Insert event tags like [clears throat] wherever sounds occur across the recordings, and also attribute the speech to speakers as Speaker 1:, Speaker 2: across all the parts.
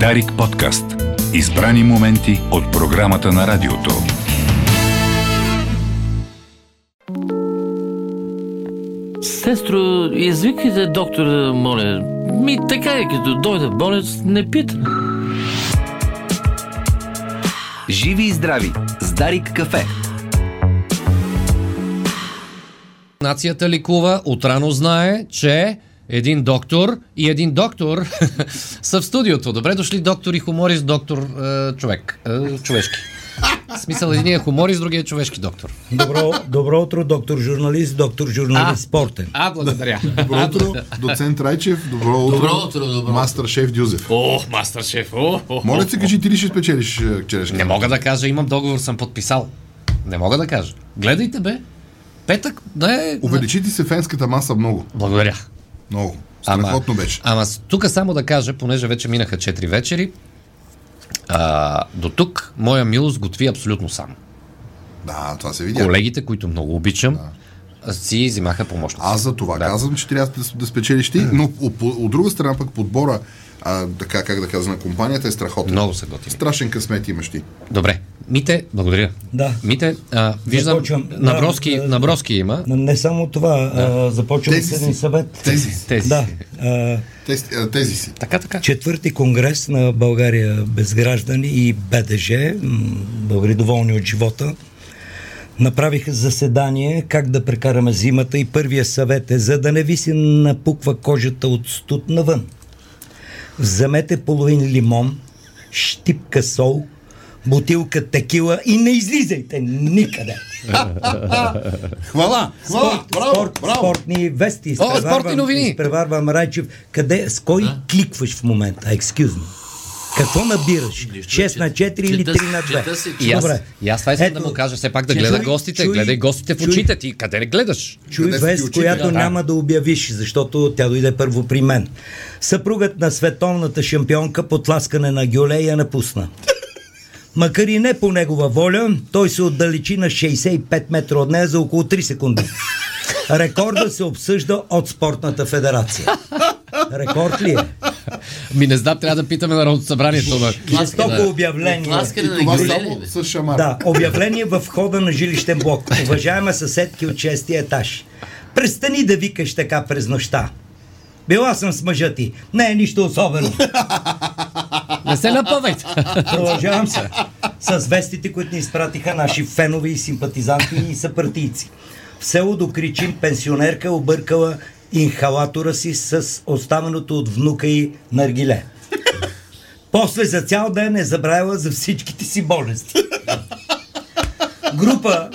Speaker 1: Дарик подкаст. Избрани моменти от програмата на радиото.
Speaker 2: Сестро, извикайте доктора, моля. Ми така е, като дойде болец, не пита.
Speaker 3: Живи и здрави с Дарик кафе.
Speaker 4: Нацията ликува, отрано знае, че един доктор и един доктор [laughs] са в студиото. Добре дошли доктор и хуморист, доктор е, човек. Е, човешки. В смисъл, един е хуморист, другия е човешки доктор.
Speaker 5: Добро, добро утро, доктор журналист, доктор журналист спортен.
Speaker 4: А, благодаря.
Speaker 6: Добро утро, доцент Райчев. Добро утро,
Speaker 2: Добро утро, добро утро.
Speaker 6: мастър шеф Дюзев.
Speaker 2: О, мастър шеф, о, о, о.
Speaker 6: Моля се, кажи, ти ли ще спечелиш е, вчерашния?
Speaker 4: Не мога да кажа, имам договор, съм подписал. Не мога да кажа. Гледайте, бе. Петък, да е...
Speaker 6: Увеличи ти се фенската маса много.
Speaker 4: Благодаря.
Speaker 6: Много. Страхотно беше.
Speaker 4: Ама с- тук само да кажа, понеже вече минаха 4 вечери, а, до тук моя милост готви абсолютно сам.
Speaker 6: Да, това се видя.
Speaker 4: Колегите, които много обичам, а, си взимаха помощници.
Speaker 6: Аз за това казвам, че трябва да, с- да спечелиш ти, но от, от друга страна пък подбора, а, така как да кажа, на компанията е страхотен.
Speaker 4: Много са готини.
Speaker 6: Страшен късмет имаш ти.
Speaker 4: Добре. Мите, благодаря.
Speaker 5: Да.
Speaker 4: Мите, а, виждам,
Speaker 5: Започвам. Да,
Speaker 4: наброски,
Speaker 5: да.
Speaker 4: наброски има.
Speaker 5: Н- Не само това, а, започвам
Speaker 6: Тези
Speaker 5: с един
Speaker 6: си.
Speaker 5: съвет.
Speaker 6: Тези си.
Speaker 4: Тези.
Speaker 5: Да. А,
Speaker 6: Тези, а, е, тези си.
Speaker 4: Така, така.
Speaker 5: четвърти конгрес на България без граждани и БДЖ, м, българи доволни от живота, направиха заседание как да прекараме зимата и първия съвет е за да не ви се напуква кожата от студ навън. Вземете половин лимон, щипка сол, бутилка текила и не излизайте никъде.
Speaker 6: Хвала! Хвала!
Speaker 5: Спорт,
Speaker 6: Браво!
Speaker 5: спорт,
Speaker 6: Браво!
Speaker 5: спорт, вести.
Speaker 4: О,
Speaker 5: изпреварвам-
Speaker 4: спортни новини.
Speaker 5: Изпреварвам Райчев. Къде, с кой кликваш в момента? Excuse me. Какво набираш? 6 на 4 или
Speaker 2: Чета се,
Speaker 5: 3 на 2?
Speaker 2: чета се,
Speaker 4: И аз, и аз това искам да му кажа, все пак да гледа
Speaker 5: чуй,
Speaker 4: гостите.
Speaker 5: чуй,
Speaker 4: гледай гостите в
Speaker 5: чуй.
Speaker 4: очите ти. Къде не гледаш?
Speaker 5: Чуй
Speaker 6: Къде са ти
Speaker 5: вест,
Speaker 6: очите?
Speaker 5: която
Speaker 6: Да.
Speaker 5: няма да обявиш, защото тя дойде първо при мен. Съпругът на световната шампионка по тласкане на гюле я напусна. Макар и не по негова воля, той се отдалечи на 65 метра от нея за около 3 секунди. Рекордът се обсъжда от Спортната федерация. Рекорд ли е?
Speaker 4: Ми не знам, трябва да питаме Народното събрание. Това.
Speaker 5: Жестоко обявление.
Speaker 2: Ласкане на
Speaker 6: Това
Speaker 2: гюлели,
Speaker 6: само
Speaker 2: бе.
Speaker 6: с шамар.
Speaker 5: Да, обявление в входа на жилищен блок. Уважаема съседки от шестия етаж, престани да викаш така през нощта. Била съм с мъжа ти. Не е нищо особено.
Speaker 4: Не се напъвайте. [laughs]
Speaker 5: Продължавам се. С вестите, които ни изпратиха наши фенове и симпатизанти и съпартийци. В село Докричин пенсионерка е объркала инхалатора си с останалото от внука й наргиле. После за цял ден е забравила за всичките си болести. Група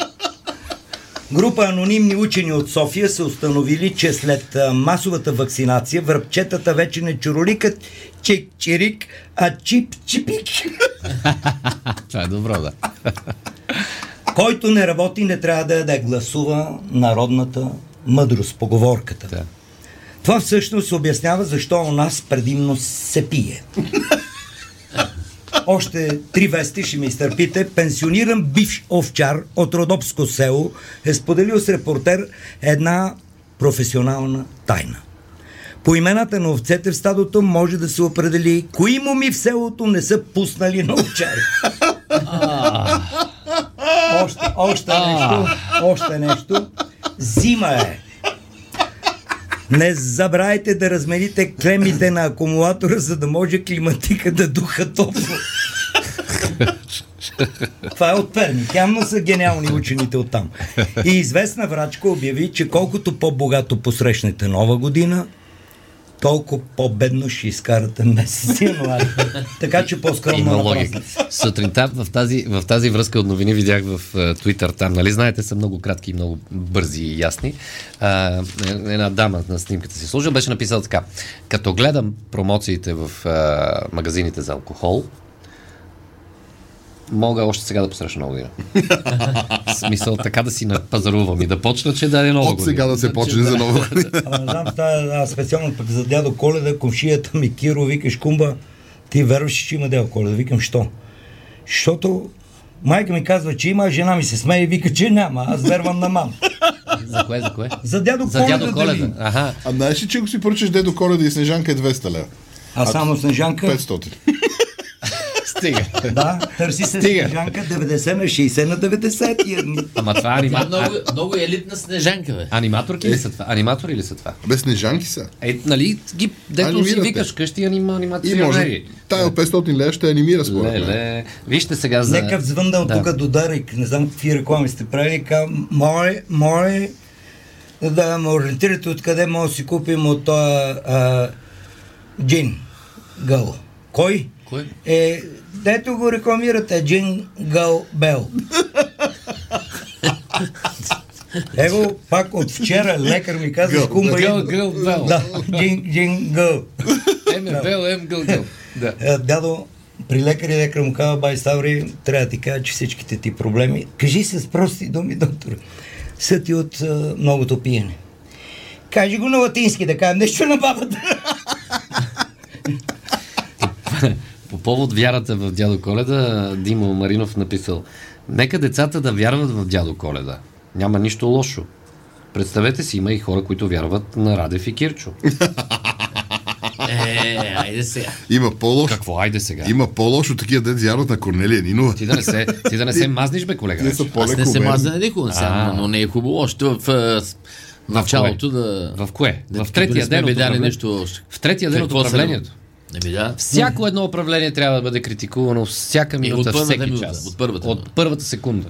Speaker 5: Група анонимни учени от София са установили, че след а, масовата вакцинация връбчетата вече не чуроликат чик-чирик, а чип-чипик.
Speaker 4: Това е добро, да.
Speaker 5: Който не работи, не трябва да яде. Гласува народната мъдрост, поговорката.
Speaker 4: Да.
Speaker 5: Това всъщност обяснява защо у нас предимно се пие. Още три вести ще ми изтърпите. Пенсиониран бивш овчар от Родопско село е споделил с репортер една професионална тайна. По имената на овцете в стадото може да се определи кои моми в селото не са пуснали на овчари. Още, още нещо, още нещо. Зима е. Не забравяйте да размените клемите на акумулатора, за да може климатика да духа топло. Това е от Перник. Явно са гениални учените от там. И известна врачка обяви, че колкото по-богато посрещнете нова година, толкова по-бедно ще изкарате месец януари. Така че по-скромно
Speaker 4: Има
Speaker 5: на
Speaker 4: логика. Сутринта в тази, в тази връзка от новини видях в Твитър там, нали знаете, са много кратки и много бързи и ясни. А, е- една дама на снимката си служа беше написала така. Като гледам промоциите в а, магазините за алкохол, мога още сега да посрещна нова година. В смисъл така да си напазарувам и да почна, че да е нова
Speaker 6: От сега
Speaker 4: година.
Speaker 6: да се почне за нова година.
Speaker 5: Ама не знам, тая, а, специално пък за дядо Коледа, комшията ми Киро, викаш, кумба, ти верваш, че има дядо Коледа. Викам, що? Защото майка ми казва, че има, а жена ми се смее и вика, че няма. Аз вервам на мама.
Speaker 4: За кое, за кое?
Speaker 5: За дядо
Speaker 4: За
Speaker 5: Коледа.
Speaker 4: дядо Коледа.
Speaker 5: дали?
Speaker 4: Аха.
Speaker 6: А знаеш ли, че ако си поръчаш Дедо Коледа и Снежанка е 200 лева?
Speaker 5: А само Снежанка,
Speaker 6: 500.
Speaker 4: Стига.
Speaker 5: Да, търси се
Speaker 4: Стига.
Speaker 5: снежанка 90 на 60 на 90 тия дни.
Speaker 4: Ама това
Speaker 2: Тя е
Speaker 4: анима...
Speaker 2: много, много елитна снежанка, бе.
Speaker 4: а- аниматорки ли са това? Аниматори ли са това?
Speaker 6: Без снежанки са.
Speaker 4: Е, нали, ги, дето си
Speaker 6: Анимирате.
Speaker 4: викаш вкъщи анима,
Speaker 6: И може.
Speaker 4: анимационери.
Speaker 6: Тая от 500 лева ще анимира според
Speaker 4: Ле,
Speaker 6: мен.
Speaker 4: ле. Вижте сега за...
Speaker 5: Нека звънна от
Speaker 4: Да.
Speaker 5: тук до Дарик. Не знам какви реклами сте правили. Казвам, море, море, да ме ориентирате откъде може да си купим от този а, джин гъл. Кой?
Speaker 2: Кой?
Speaker 5: Е, дето го рекламирате, джин гъл
Speaker 4: [laughs]
Speaker 5: бел. Его, пак от вчера лекар ми каза, скумба
Speaker 4: Гъл,
Speaker 5: идва.
Speaker 4: гъл, бел.
Speaker 5: Да, джин, джин гъл.
Speaker 4: Еме, бел, ем, гъл, гъл. Да.
Speaker 5: Е, Дядо, при лекаря лекар му казва, бай Ставри, трябва да ти кажа, че всичките ти проблеми, кажи с прости думи, доктор, са ти от а, многото пиене. Кажи го на латински, да кажем нещо на бабата.
Speaker 4: Е, По повод вярата в дядо Коледа, Димо Маринов написал Нека децата да вярват в дядо Коледа. Няма нищо лошо. Представете си, има и хора, които вярват на Радев и Кирчо.
Speaker 2: Е, айде сега.
Speaker 6: Има по-лошо.
Speaker 4: Какво? Айде сега.
Speaker 6: Има по-лошо такива дет вярват на Корнелия Нинова.
Speaker 4: Ти Значи, да не се, ти да не се мазниш, бе, колега.
Speaker 6: Те
Speaker 4: вече.
Speaker 6: са
Speaker 2: Аз не се
Speaker 6: по-лекомерни.
Speaker 2: мазя на никога, сега,
Speaker 4: А.
Speaker 2: но не е хубаво. Още в а, с- началото да...
Speaker 4: В кое?
Speaker 2: Да,
Speaker 4: в третия
Speaker 2: като не сме
Speaker 4: ден от
Speaker 2: видяли
Speaker 4: управлението.
Speaker 2: нещо още.
Speaker 4: В третия ден от
Speaker 2: Какво са
Speaker 4: управлението.
Speaker 2: Не ми да.
Speaker 4: Всяко едно управление трябва да бъде критикувано всяка минута,
Speaker 2: първата
Speaker 4: всеки
Speaker 2: минута,
Speaker 4: час.
Speaker 2: от първата минута.
Speaker 4: от първата секунда.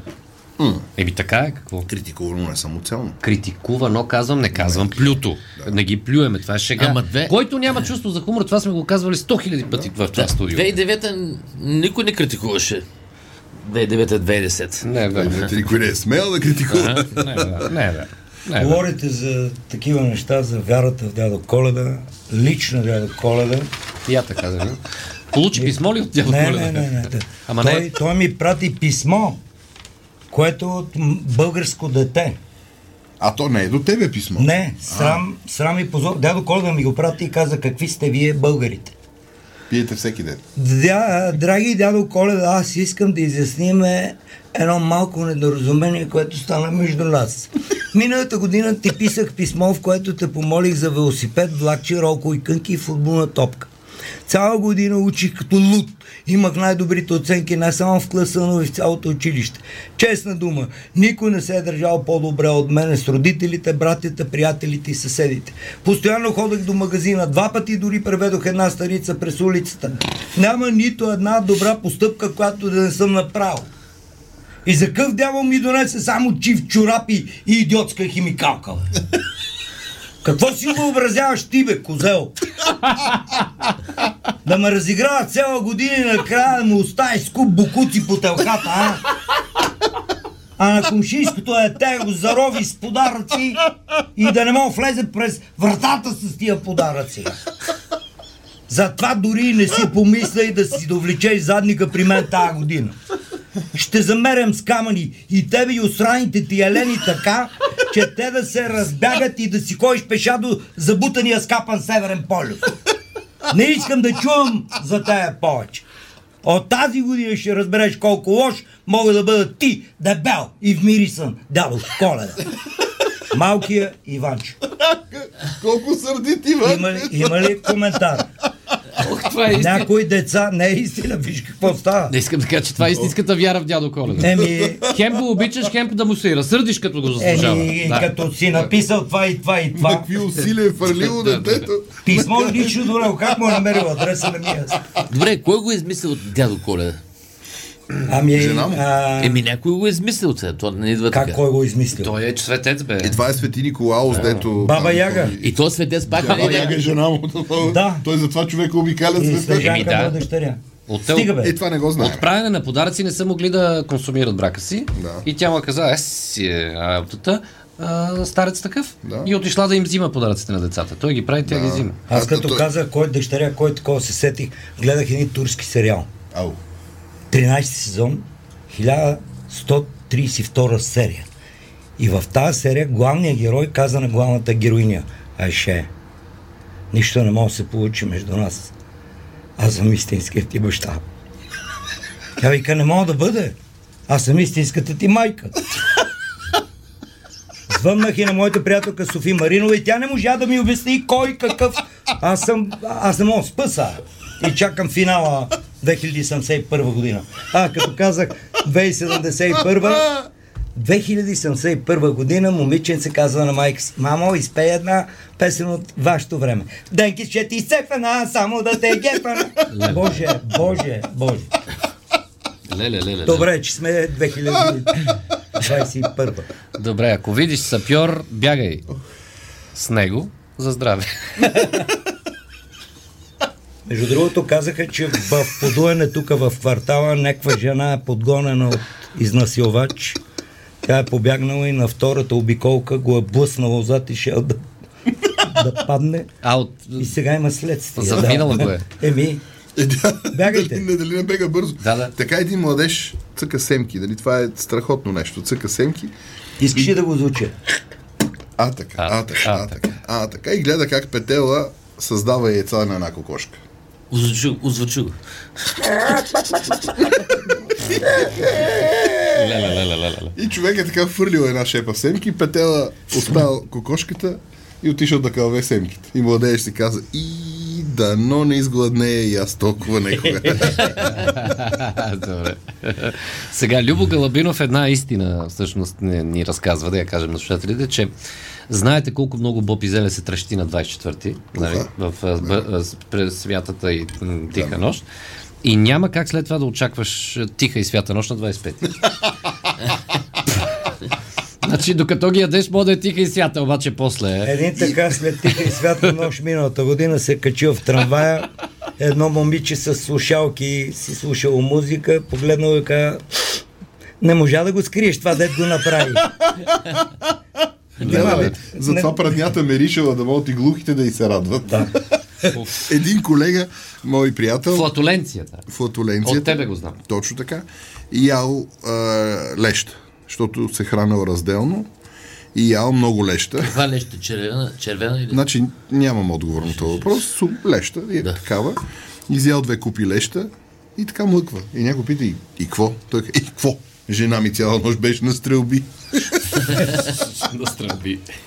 Speaker 4: Еми така е, какво?
Speaker 6: Критикувано е самоцелно.
Speaker 4: критикувано, казвам, не казвам плюто. Да. Не ги плюеме, това е шега.
Speaker 2: Ама две-
Speaker 4: Който няма чувство за хумор, това сме го казвали 100 хиляди пъти в това студио.
Speaker 2: 2009 никой не критикуваше. 2009-2010.
Speaker 4: Не, бе. Не, бе.
Speaker 6: Ти никой не е смел да критикува.
Speaker 4: Не, бе. Не, бе.
Speaker 5: Говорите за такива неща, за вярата в дядо Коледа, лично дядо Коледа.
Speaker 4: И Я така да. Получи писмо ли от тях?
Speaker 5: Не, не, не, не. да.
Speaker 4: Ама
Speaker 5: той,
Speaker 4: не.
Speaker 5: той ми прати писмо, което е от м- българско дете.
Speaker 6: А то не е до тебе писмо.
Speaker 5: Не, срам, срам и позор. Дядо Коледа ми го прати и каза, какви сте вие българите.
Speaker 6: Пиете всеки ден.
Speaker 5: Дя, драги дядо Коледа, аз искам да изясниме едно малко недоразумение, което стана между нас. Миналата година ти писах писмо, в което те помолих за велосипед, влакче, ролко и кънки и футболна топка. Цяла година учих като луд. Имах най-добрите оценки не само в класа, но и в цялото училище. Честна дума, никой не се е държал по-добре от мене с родителите, братята, приятелите и съседите. Постоянно ходех до магазина, два пъти дори преведох една старица през улицата. Няма нито една добра постъпка, която да не съм направил. И за къв дявол ми донесе само чив чорапи и идиотска химикалка, бе? Какво си въобразяваш ти, бе, козел? Да ме разиграва цяла година и накрая да му оставиш с куп букуци по телката, а? А на комшийското е дете го зарови с подаръци и да не мога влезе през вратата с тия подаръци. Затова дори не си помисля и да си довлечеш задника при мен тази година. Ще замерям с камъни и тебе и осраните ти елени така, че те да се разбягат и да си ходиш пеша до забутания скапан северен полюс. Не искам да чувам за тея повече. От тази година ще разбереш колко лош мога да бъда ти, дебел и вмирисан дядо Коледа. Малкия Иванчо.
Speaker 6: Колко е? сърди ти, бе?
Speaker 5: Има ли, има ли коментар?
Speaker 4: Ох, [laughs] това е истина.
Speaker 5: Някои деца не е истина, виж какво става. Е,
Speaker 4: Не искам да кажа, че това е истинската вяра в дядо Коледа.
Speaker 5: Еми,
Speaker 4: Хем го обичаш, хем да му се и разсърдиш, като го заслужава.
Speaker 5: еми
Speaker 4: Да.
Speaker 5: е, като си написал това и това и това,
Speaker 6: Какви усилия е фърлило детето.
Speaker 5: писмо лично до него, как му е намерил адреса на мия?
Speaker 2: Добре, кой го е измислил дядо Коледа?
Speaker 5: Ами,
Speaker 6: Жена му.
Speaker 5: а,
Speaker 2: Еми някой го е измислил, сега. то не идва
Speaker 5: как
Speaker 2: така.
Speaker 5: кой го измислил?
Speaker 4: Той е светец, бе.
Speaker 6: Е, това е Свети Николаус, дето...
Speaker 5: Баба
Speaker 6: там-
Speaker 5: Яга.
Speaker 2: И то светец пак не
Speaker 6: Баба
Speaker 2: е
Speaker 6: Яга е
Speaker 2: някой.
Speaker 6: жена му.
Speaker 5: Да.
Speaker 6: Той затова човек обикаля
Speaker 5: И
Speaker 6: света.
Speaker 5: Снежанка
Speaker 4: да.
Speaker 5: му е дъщеря.
Speaker 4: От тел-
Speaker 5: Стига бе.
Speaker 6: Е, това не го знаем.
Speaker 4: От правене на подаръци не са могли да консумират брака си.
Speaker 6: Да.
Speaker 4: И тя му каза, е, си е работата, а, старец такъв.
Speaker 6: Да.
Speaker 4: И отишла да им взима подаръците на децата. Той ги прави, тя ги взима.
Speaker 5: Аз
Speaker 6: А,
Speaker 5: като
Speaker 6: той-
Speaker 5: казах кой е дъщеря, кой е такова се сетих, гледах един турски сериал.
Speaker 6: Ау.
Speaker 5: 13 сезон, 1132 серия. И в тази серия главният герой каза на главната героиня Айше, нищо не може да се получи между нас. Аз съм истинският ти баща. Тя вика, не мога да бъде. Аз съм истинската ти майка. Звъннах и на моята приятелка Софи Маринова и тя не можа да ми обясни кой какъв. Аз съм, аз не мога да спъса. И чакам финала 2071 година. А, като казах 2071, 2071 година момиченце казва на майка си, мамо, изпей една песен от вашето време. Денки ще ти изцепена, само да те гепана. Боже, боже, боже.
Speaker 4: Леле, леле, леле.
Speaker 5: Добре, че сме 2021.
Speaker 4: Добре, ако видиш сапьор, бягай с него за здраве.
Speaker 5: Между другото казаха, че в подуене тук в квартала някаква жена е подгонена от изнасилвач. Тя е побягнала и на втората обиколка го е блъснала зад и ще да, да падне.
Speaker 4: А от...
Speaker 5: И сега има следствие.
Speaker 4: Задминала го е.
Speaker 5: Еми,
Speaker 6: Дали,
Speaker 5: бягайте.
Speaker 6: не, дали не бега бързо.
Speaker 4: Да, да.
Speaker 6: Така един младеж цъка семки. Дали това е страхотно нещо. Цъка семки.
Speaker 5: Искаш ли да го звуча?
Speaker 6: А така, а,
Speaker 4: А,
Speaker 6: така,
Speaker 4: а,
Speaker 6: а, така. А така. И гледа как петела създава яйца на една кокошка.
Speaker 2: Озвучу, озвучу. го.
Speaker 4: Леле, леле, леле, леле.
Speaker 6: И човек е така фърлил една шепа семки, петела оставил кокошката и отишъл да кълве семките. И младеж си каза, и дано не изгладнее и аз
Speaker 4: [laughs]
Speaker 6: толкова некога.
Speaker 4: А, Добре. Сега, Любо Галабинов е една истина всъщност ни, ни разказва, да я кажем на слушателите, че знаете колко много Боб и Зеле се тръщи на 24-ти нали, в, а, б, а, с- през святата и м, тиха нощ. И няма как след това да очакваш а, тиха и свята нощ на [laughs] 25-ти. значи, докато ги ядеш, може да е тиха и свята, обаче после е.
Speaker 5: Един така след тиха и свята нощ миналата година се качил в трамвая. Едно момиче с слушалки си слушало музика, погледнало и каза не можа да го скриеш това, дед го направи.
Speaker 6: Да,
Speaker 5: бе.
Speaker 6: бе. Затова
Speaker 5: Не-
Speaker 6: праднята меришела да могат и глухите да й се радват. Един колега, мой приятел,
Speaker 4: Флатуленцията.
Speaker 6: флатуленцията.
Speaker 4: От тебе го знам.
Speaker 6: Точно така. И ял а, леща, защото се хранил разделно и ял много леща.
Speaker 2: Това нещо червена, червена или...
Speaker 6: Значи нямам отговор на този въпрос. Су, леща е да. такава. Изял две купи леща и така млъква. И някой пита и, и какво? Той казва, и какво? Жена ми цяла нощ беше на стрелби.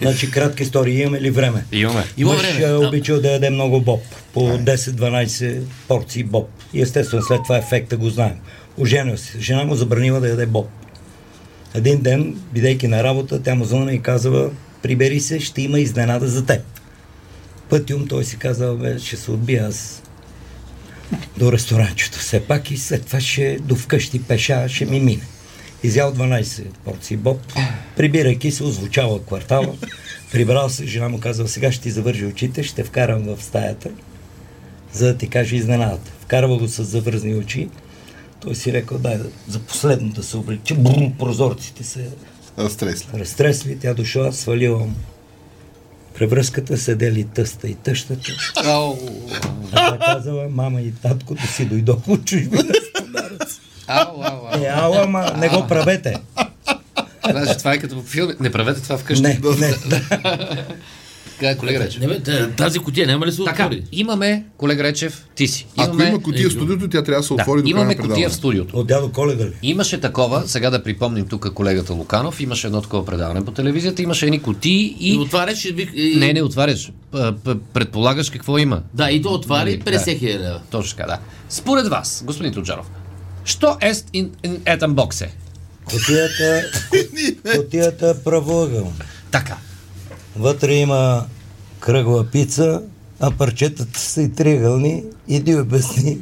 Speaker 5: Значи кратка история, имаме ли време?
Speaker 4: Имаме.
Speaker 2: Има
Speaker 5: Мъж
Speaker 2: време.
Speaker 5: е
Speaker 2: Да.
Speaker 5: обичал да яде много боб. По 10-12 порции боб. И естествено след това ефекта го знаем. Оженил се. Жена му забранила да яде боб. Един ден, бидейки на работа, тя му звънна и казала, прибери се, ще има изненада за теб. Пътиум той си казал, бе, ще се отбия аз до ресторанчето все пак и след това ще до вкъщи пеша ще ми мине. Изял 12 порции боб, прибирайки се, озвучава квартала, прибрал се, жена му казва, сега ще ти завържа очите, ще те вкарам в стаята, за да ти кажа изненадата. Вкарва го с завързани очи, той си рекал, дай да- за последно да се облегчи, брум, прозорците се
Speaker 6: А, Стрес.
Speaker 5: разтресли, тя дошла, свалила му превръзката, седели тъста и тъщата. Тя казала, мама и татко да си дойдох от чужбина.
Speaker 4: Ау, ау, ау.
Speaker 5: Е, ала, ма, не го правете.
Speaker 4: Значи, това е като в филми. Не Е, правете това вкъщи.
Speaker 5: Не, не,
Speaker 4: Така, Колега Речев.
Speaker 2: Не, бе, та- тази котия няма ли се
Speaker 4: Така,
Speaker 2: отвори?
Speaker 4: имаме, колега Речев, ти си.
Speaker 6: Ако има котия в студиото, тя трябва да се
Speaker 4: да,
Speaker 6: отвори до края на
Speaker 4: имаме котия в
Speaker 6: предаването.
Speaker 4: студиото.
Speaker 5: от дядо Коледа ли?
Speaker 4: Имаше такова, сега да припомним тук колегата Луканов, имаше едно такова предаване по телевизията, имаше едни котии
Speaker 2: И
Speaker 4: и...
Speaker 2: отваряш и... вик- и...
Speaker 4: Не, не отваряш. П- п- Предполагаш какво има.
Speaker 2: Да, и то отвари
Speaker 4: Нали, да.
Speaker 2: 50 хиляди лева.
Speaker 4: Точно така, да. Според вас, господин Туджаров, що ест in, in этом боксе?
Speaker 5: Котията, котията е правоъгъл.
Speaker 4: Така.
Speaker 5: Вътре има кръгла пица, а парчетата са и триъгълни. Иди обясни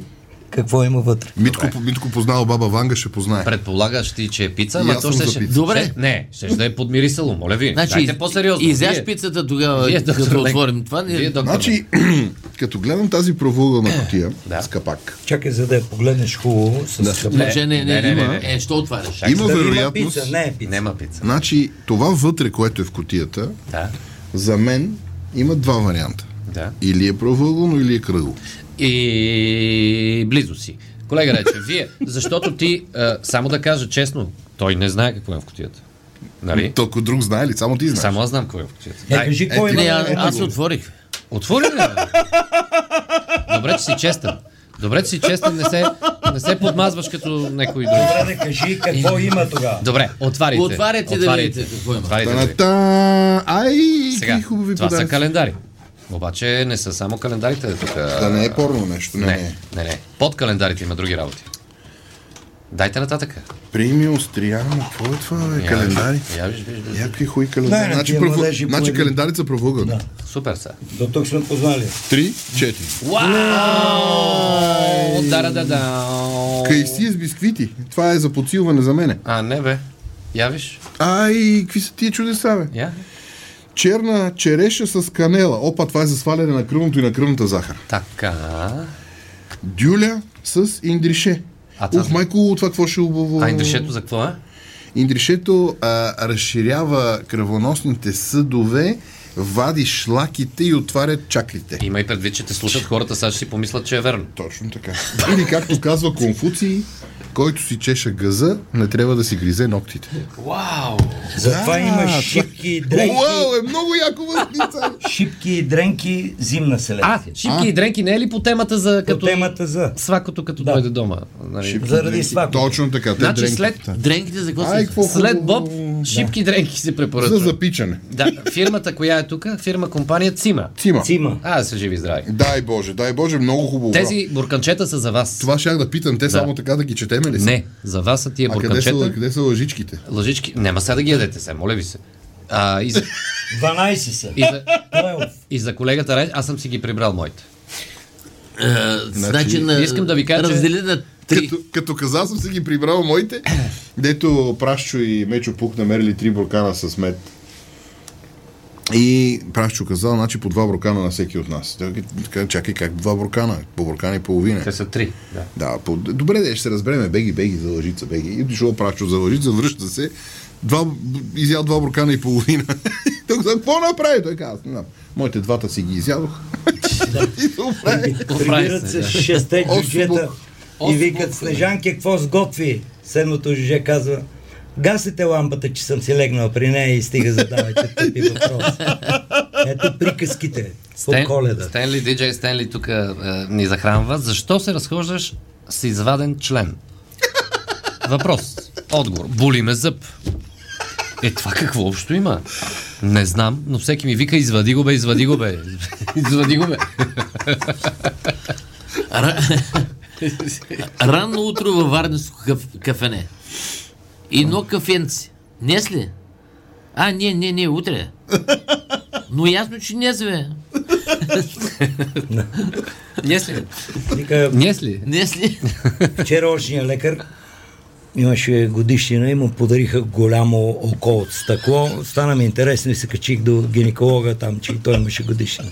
Speaker 5: какво има вътре.
Speaker 6: Митко, Митко познава баба Ванга, ще познае.
Speaker 4: Предполагаш ти, че е пица, ама
Speaker 6: аз
Speaker 4: то
Speaker 6: съм
Speaker 4: ще...
Speaker 6: за
Speaker 4: ще-
Speaker 6: пица.
Speaker 2: Добре.
Speaker 4: Не, ще да е подмирисало, моля ви. Значи, Дайте по-сериозно.
Speaker 2: Изяш
Speaker 4: Вие-
Speaker 2: пицата тогава,
Speaker 4: Вие, доктор
Speaker 2: като
Speaker 4: Ленко.
Speaker 2: отворим това.
Speaker 4: Вие,
Speaker 2: Не...
Speaker 4: доктор,
Speaker 6: Значи, [clears throat] като гледам тази провулгана котия с капак,
Speaker 5: Чакай, за да я погледнеш хубаво с капак.
Speaker 2: Не, че не, не,
Speaker 4: не, не,
Speaker 2: има.
Speaker 4: не,
Speaker 2: Е, що отваряш?
Speaker 6: има
Speaker 5: Дали
Speaker 6: вероятност...
Speaker 5: Има пица, не е пица.
Speaker 4: нема пица.
Speaker 6: Значи, това вътре, което е в котията,
Speaker 4: Да,
Speaker 6: за мен има два варианта.
Speaker 4: да.
Speaker 6: Или е правоъгълно, или е кръгло.
Speaker 4: И близо си. Колега рече, вие, защото ти, а, само да кажа честно, той не знае какво е в котията. Нали?
Speaker 6: Толкова друг знае ли? Само ти знаеш.
Speaker 4: Само аз знам какво е в котията.
Speaker 5: Е,
Speaker 4: Дай,
Speaker 5: кажи,
Speaker 6: ето,
Speaker 5: кой има?
Speaker 2: Не, а-
Speaker 5: Ето
Speaker 2: аз
Speaker 5: го.
Speaker 2: отворих.
Speaker 4: Отвори ли? бе? Добре, че си честен. Добре, че си честен, не се, не се подмазваш като някой друг.
Speaker 5: Добре, да кажи какво има тогава.
Speaker 4: Добре, отваряйте.
Speaker 2: Отваряйте да видите какво има.
Speaker 4: Отваряйте. да видите.
Speaker 6: Та-на-та! Ай,
Speaker 4: Сега,
Speaker 6: какви хубави
Speaker 4: това са
Speaker 6: подаръци.
Speaker 4: календари. Обаче не са само календарите да тук.
Speaker 6: Да не е порно нещо. Не, не.
Speaker 4: Не, не, не. Под календарите има други работи. Дайте нататък.
Speaker 6: Премиум, Стриано, какво е това? Е, календари?
Speaker 4: Я виж, виж, виж.
Speaker 6: Някакви хуи календари.
Speaker 5: Да,
Speaker 6: значи,
Speaker 5: тия
Speaker 6: пръв...
Speaker 5: младежи по
Speaker 6: значи
Speaker 5: един.
Speaker 6: календарите са провъгат. Да.
Speaker 4: Супер са.
Speaker 5: До тук сме познали.
Speaker 6: Три, четири.
Speaker 4: Вау! Да, да, да, да.
Speaker 6: Кайси с бисквити. Това е за подсилване за мене.
Speaker 4: А, не бе. Я виж.
Speaker 6: Ай, какви са тия чудеса, бе?
Speaker 4: Я.
Speaker 6: Черна череша с канела. Опа, това е за сваляне на кръвното и на кръвната захар.
Speaker 4: Така.
Speaker 6: Дюля с индрише.
Speaker 4: А това-
Speaker 6: Ух, майко, това какво ще убаво...
Speaker 4: А индришето за какво е?
Speaker 6: Индришето а, разширява кръвоносните съдове, вади шлаките и отваря чакрите.
Speaker 4: Има и предвид, че те слушат хората, сега ще си помислят, че е верно.
Speaker 6: Точно така. Или както казва Конфуций, който си чеша газа, не трябва да си гризе ногтите.
Speaker 5: Затова има шипки и дренки.
Speaker 6: Уау, е много яко възница!
Speaker 5: Шипки и дренки зимна селекция.
Speaker 4: А, шипки и дренки не е ли по темата за
Speaker 5: По
Speaker 4: като...
Speaker 5: темата за.
Speaker 4: Свакото като
Speaker 5: Да.
Speaker 4: дойде дома. Нали?
Speaker 5: Ами, Заради свако.
Speaker 6: Точно така. Те
Speaker 4: Значи
Speaker 6: дренките.
Speaker 4: след дренките за какво
Speaker 6: Ай,
Speaker 4: се...
Speaker 6: какво
Speaker 4: След
Speaker 6: хубаво.
Speaker 4: Боб, шипки и дренки се
Speaker 6: За
Speaker 4: препоръчва.
Speaker 6: запичане.
Speaker 4: Да, фирмата, коя е тук, фирма компания Цима.
Speaker 6: Цима.
Speaker 5: Цима.
Speaker 4: А, да са живи и здрави.
Speaker 6: Дай Боже, дай Боже, много хубаво.
Speaker 4: Тези бурканчета са за вас.
Speaker 6: Това щях да питам, те само така да ги четеме ли са?
Speaker 4: Не, за вас са тия
Speaker 6: А къде са,
Speaker 4: бурканчета.
Speaker 6: къде са лъжичките?
Speaker 4: Лъжички. Няма сега да ги ядете, сега, моля ви се. А, и за,
Speaker 5: 12 са. е
Speaker 4: и за,
Speaker 5: Плейоф.
Speaker 4: и за колегата Райч, аз съм си ги прибрал моите.
Speaker 2: А, значи, на,
Speaker 4: искам да ви кажа, че-
Speaker 2: Раздели на три.
Speaker 6: Като, като каза съм си ги
Speaker 4: [clears throat]
Speaker 6: прибрал моите, дето Прашчо и Мечо Пук намерили три буркана с мед. И Прашчо казал, значи по два буркана на всеки от нас. Той ка- Чакай, как два буркана? По буркана и половина.
Speaker 4: Те са три. Да.
Speaker 6: Да, по... добре, де, ще се разбереме. Беги, беги за лъжица, беги. И дошъл прачо за лъжица, връща се. Два... Изял два буркана и половина. [laughs] Той каза, какво направи? Той каза, аз не знам. Моите двата си ги изядох. [laughs] и се оправи.
Speaker 4: Оправи
Speaker 5: Прибират
Speaker 4: се.
Speaker 5: се
Speaker 4: да.
Speaker 5: 6
Speaker 6: Осмо.
Speaker 5: джуджета и викат Снежанки, какво сготви? Седмото жже казва, гасите лампата, че съм си легнал при нея и стига задавайте тъпи въпроси. Ето приказките по
Speaker 4: Стен,
Speaker 5: коледа.
Speaker 4: Стенли, диджей Стенли тук е, ни захранва. Защо се разхождаш с изваден член? Въпрос. Отговор. Боли ме зъб. Е, това какво общо има? Не знам, но всеки ми вика, извади го бе, извади го бе. Извади го бе.
Speaker 2: [laughs] Рано утро във Варненско каф, кафене. И едно кафенци. Днес ли? А, не, не, не, утре. Но ясно, че днес, бе.
Speaker 4: [laughs] Днес ли?
Speaker 5: Вика,
Speaker 4: Днес ли?
Speaker 2: Днес ли?
Speaker 5: вчерашния лекар имаше годишнина и му подариха голямо око от стъкло. Стана ми интересно и се качих до гинеколога там, че и той имаше годишнина.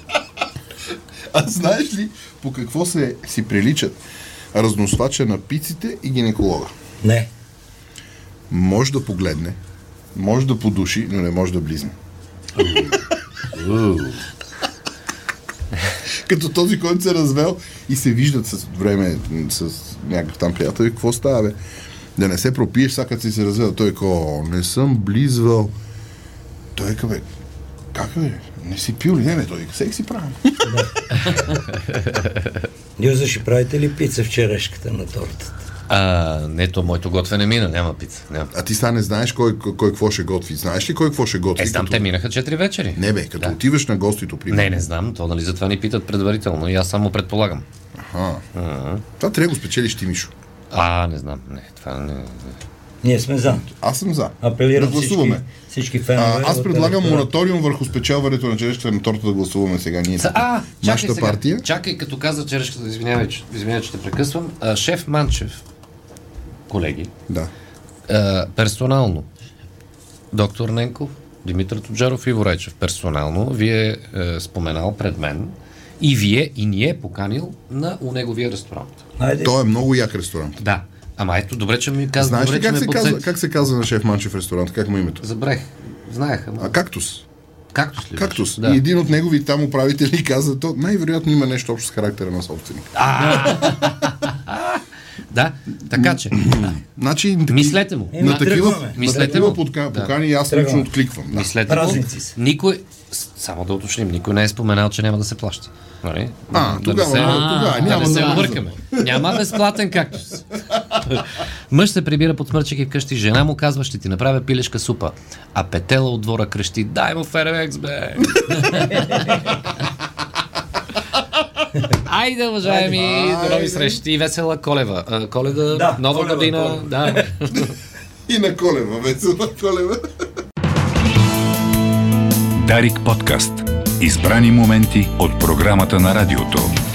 Speaker 6: А знаеш ли по какво се си приличат? Разносвача на пиците и гинеколога.
Speaker 5: Не,
Speaker 6: Може да погледне, може да подуши, но не може да близне. Като този, който се е развел и се виждат с време м, с някакъв там приятел и какво става, бе? Да не се пропиеш, сега като си се развел. Той е ко, не съм близвал. Той е ка, бе, как бе, не си пил ли? Не, бе, той е всеки си правим.
Speaker 5: Дюза, ще правите ли пица вчерашката на тортата?
Speaker 4: А, не, то моето готвене мина, няма пица. Няма.
Speaker 6: А ти сега не знаеш кой, кой, кой какво ще готви. Знаеш ли кой какво ще готви?
Speaker 4: Е, знам,
Speaker 6: като...
Speaker 4: те минаха 4 вечери.
Speaker 6: Не бе, като да. отиваш на гостито при
Speaker 4: Не, не знам, то нали затова ни питат предварително и аз само предполагам.
Speaker 6: Аха. Това трябва да го спечелиш ти, Мишо.
Speaker 4: А, не знам, не, това не... не.
Speaker 5: Ние сме за.
Speaker 6: Аз съм за.
Speaker 5: Апелирам
Speaker 6: да гласуваме.
Speaker 5: всички, всички фенове.
Speaker 6: А, аз
Speaker 5: от
Speaker 6: предлагам
Speaker 5: електора.
Speaker 6: мораториум върху спечелването на черешката на торта да гласуваме сега ние. тук.
Speaker 4: А, чакай
Speaker 6: Нашата
Speaker 4: сега.
Speaker 6: партия.
Speaker 4: Чакай, като каза черешката, извинявай, че, извинявай, че те прекъсвам. А, шеф Манчев, колеги,
Speaker 6: Да.
Speaker 4: а, персонално, доктор Ненков, Димитър Тоджаров и Ворайчев, персонално, вие е, споменал пред мен и вие, и ни е поканил на у неговия ресторант.
Speaker 5: Хайде,
Speaker 6: Той е много як ресторант.
Speaker 4: Да. Ама ето, добре, че ми каза,
Speaker 6: Знаеш
Speaker 4: добре,
Speaker 6: ли
Speaker 4: че
Speaker 6: как
Speaker 4: ме
Speaker 6: се,
Speaker 4: подсети.
Speaker 6: казва, как се казва на шеф Манчев ресторант? Как му е името?
Speaker 4: Забрех. Знаех, ама...
Speaker 6: А, кактус.
Speaker 4: Кактус ли? беше?
Speaker 6: Кактус.
Speaker 4: Да.
Speaker 6: И един от негови там управители [laughs] каза, то най-вероятно има нещо общо с характера на собственика.
Speaker 4: [laughs] да, така че.
Speaker 6: Значи, таки-
Speaker 4: Мислете му.
Speaker 5: Еми,
Speaker 6: на такива,
Speaker 5: тръгваме.
Speaker 6: на
Speaker 4: Мислете
Speaker 6: такива
Speaker 4: му.
Speaker 6: подка-
Speaker 4: Да.
Speaker 6: покани аз лично
Speaker 5: Тръгваме.
Speaker 6: откликвам. Да.
Speaker 4: Мислете го.
Speaker 5: Празници са.
Speaker 4: Никой, с- само да уточним, никой не е споменал, че няма да се плаща. Нали?
Speaker 6: А,
Speaker 4: да
Speaker 6: тогава,
Speaker 4: не се,
Speaker 6: да, тогава,
Speaker 4: да
Speaker 6: няма
Speaker 4: не се
Speaker 6: да-
Speaker 4: объркаме. Няма безплатен кактус. Мъж се прибира под смърчики вкъщи, жена му казва, ще ти направя пилешка супа. А петела от двора крещи, дай му фервекс, бе! Айде, уважаеми, до нови срещи и весела колева. А, Коледа,
Speaker 5: Да,
Speaker 4: нова
Speaker 5: Коледа,
Speaker 4: година. Да.
Speaker 6: И на колева, весело на колева.
Speaker 1: Дарик подкаст. Избрани моменти от програмата на радиото.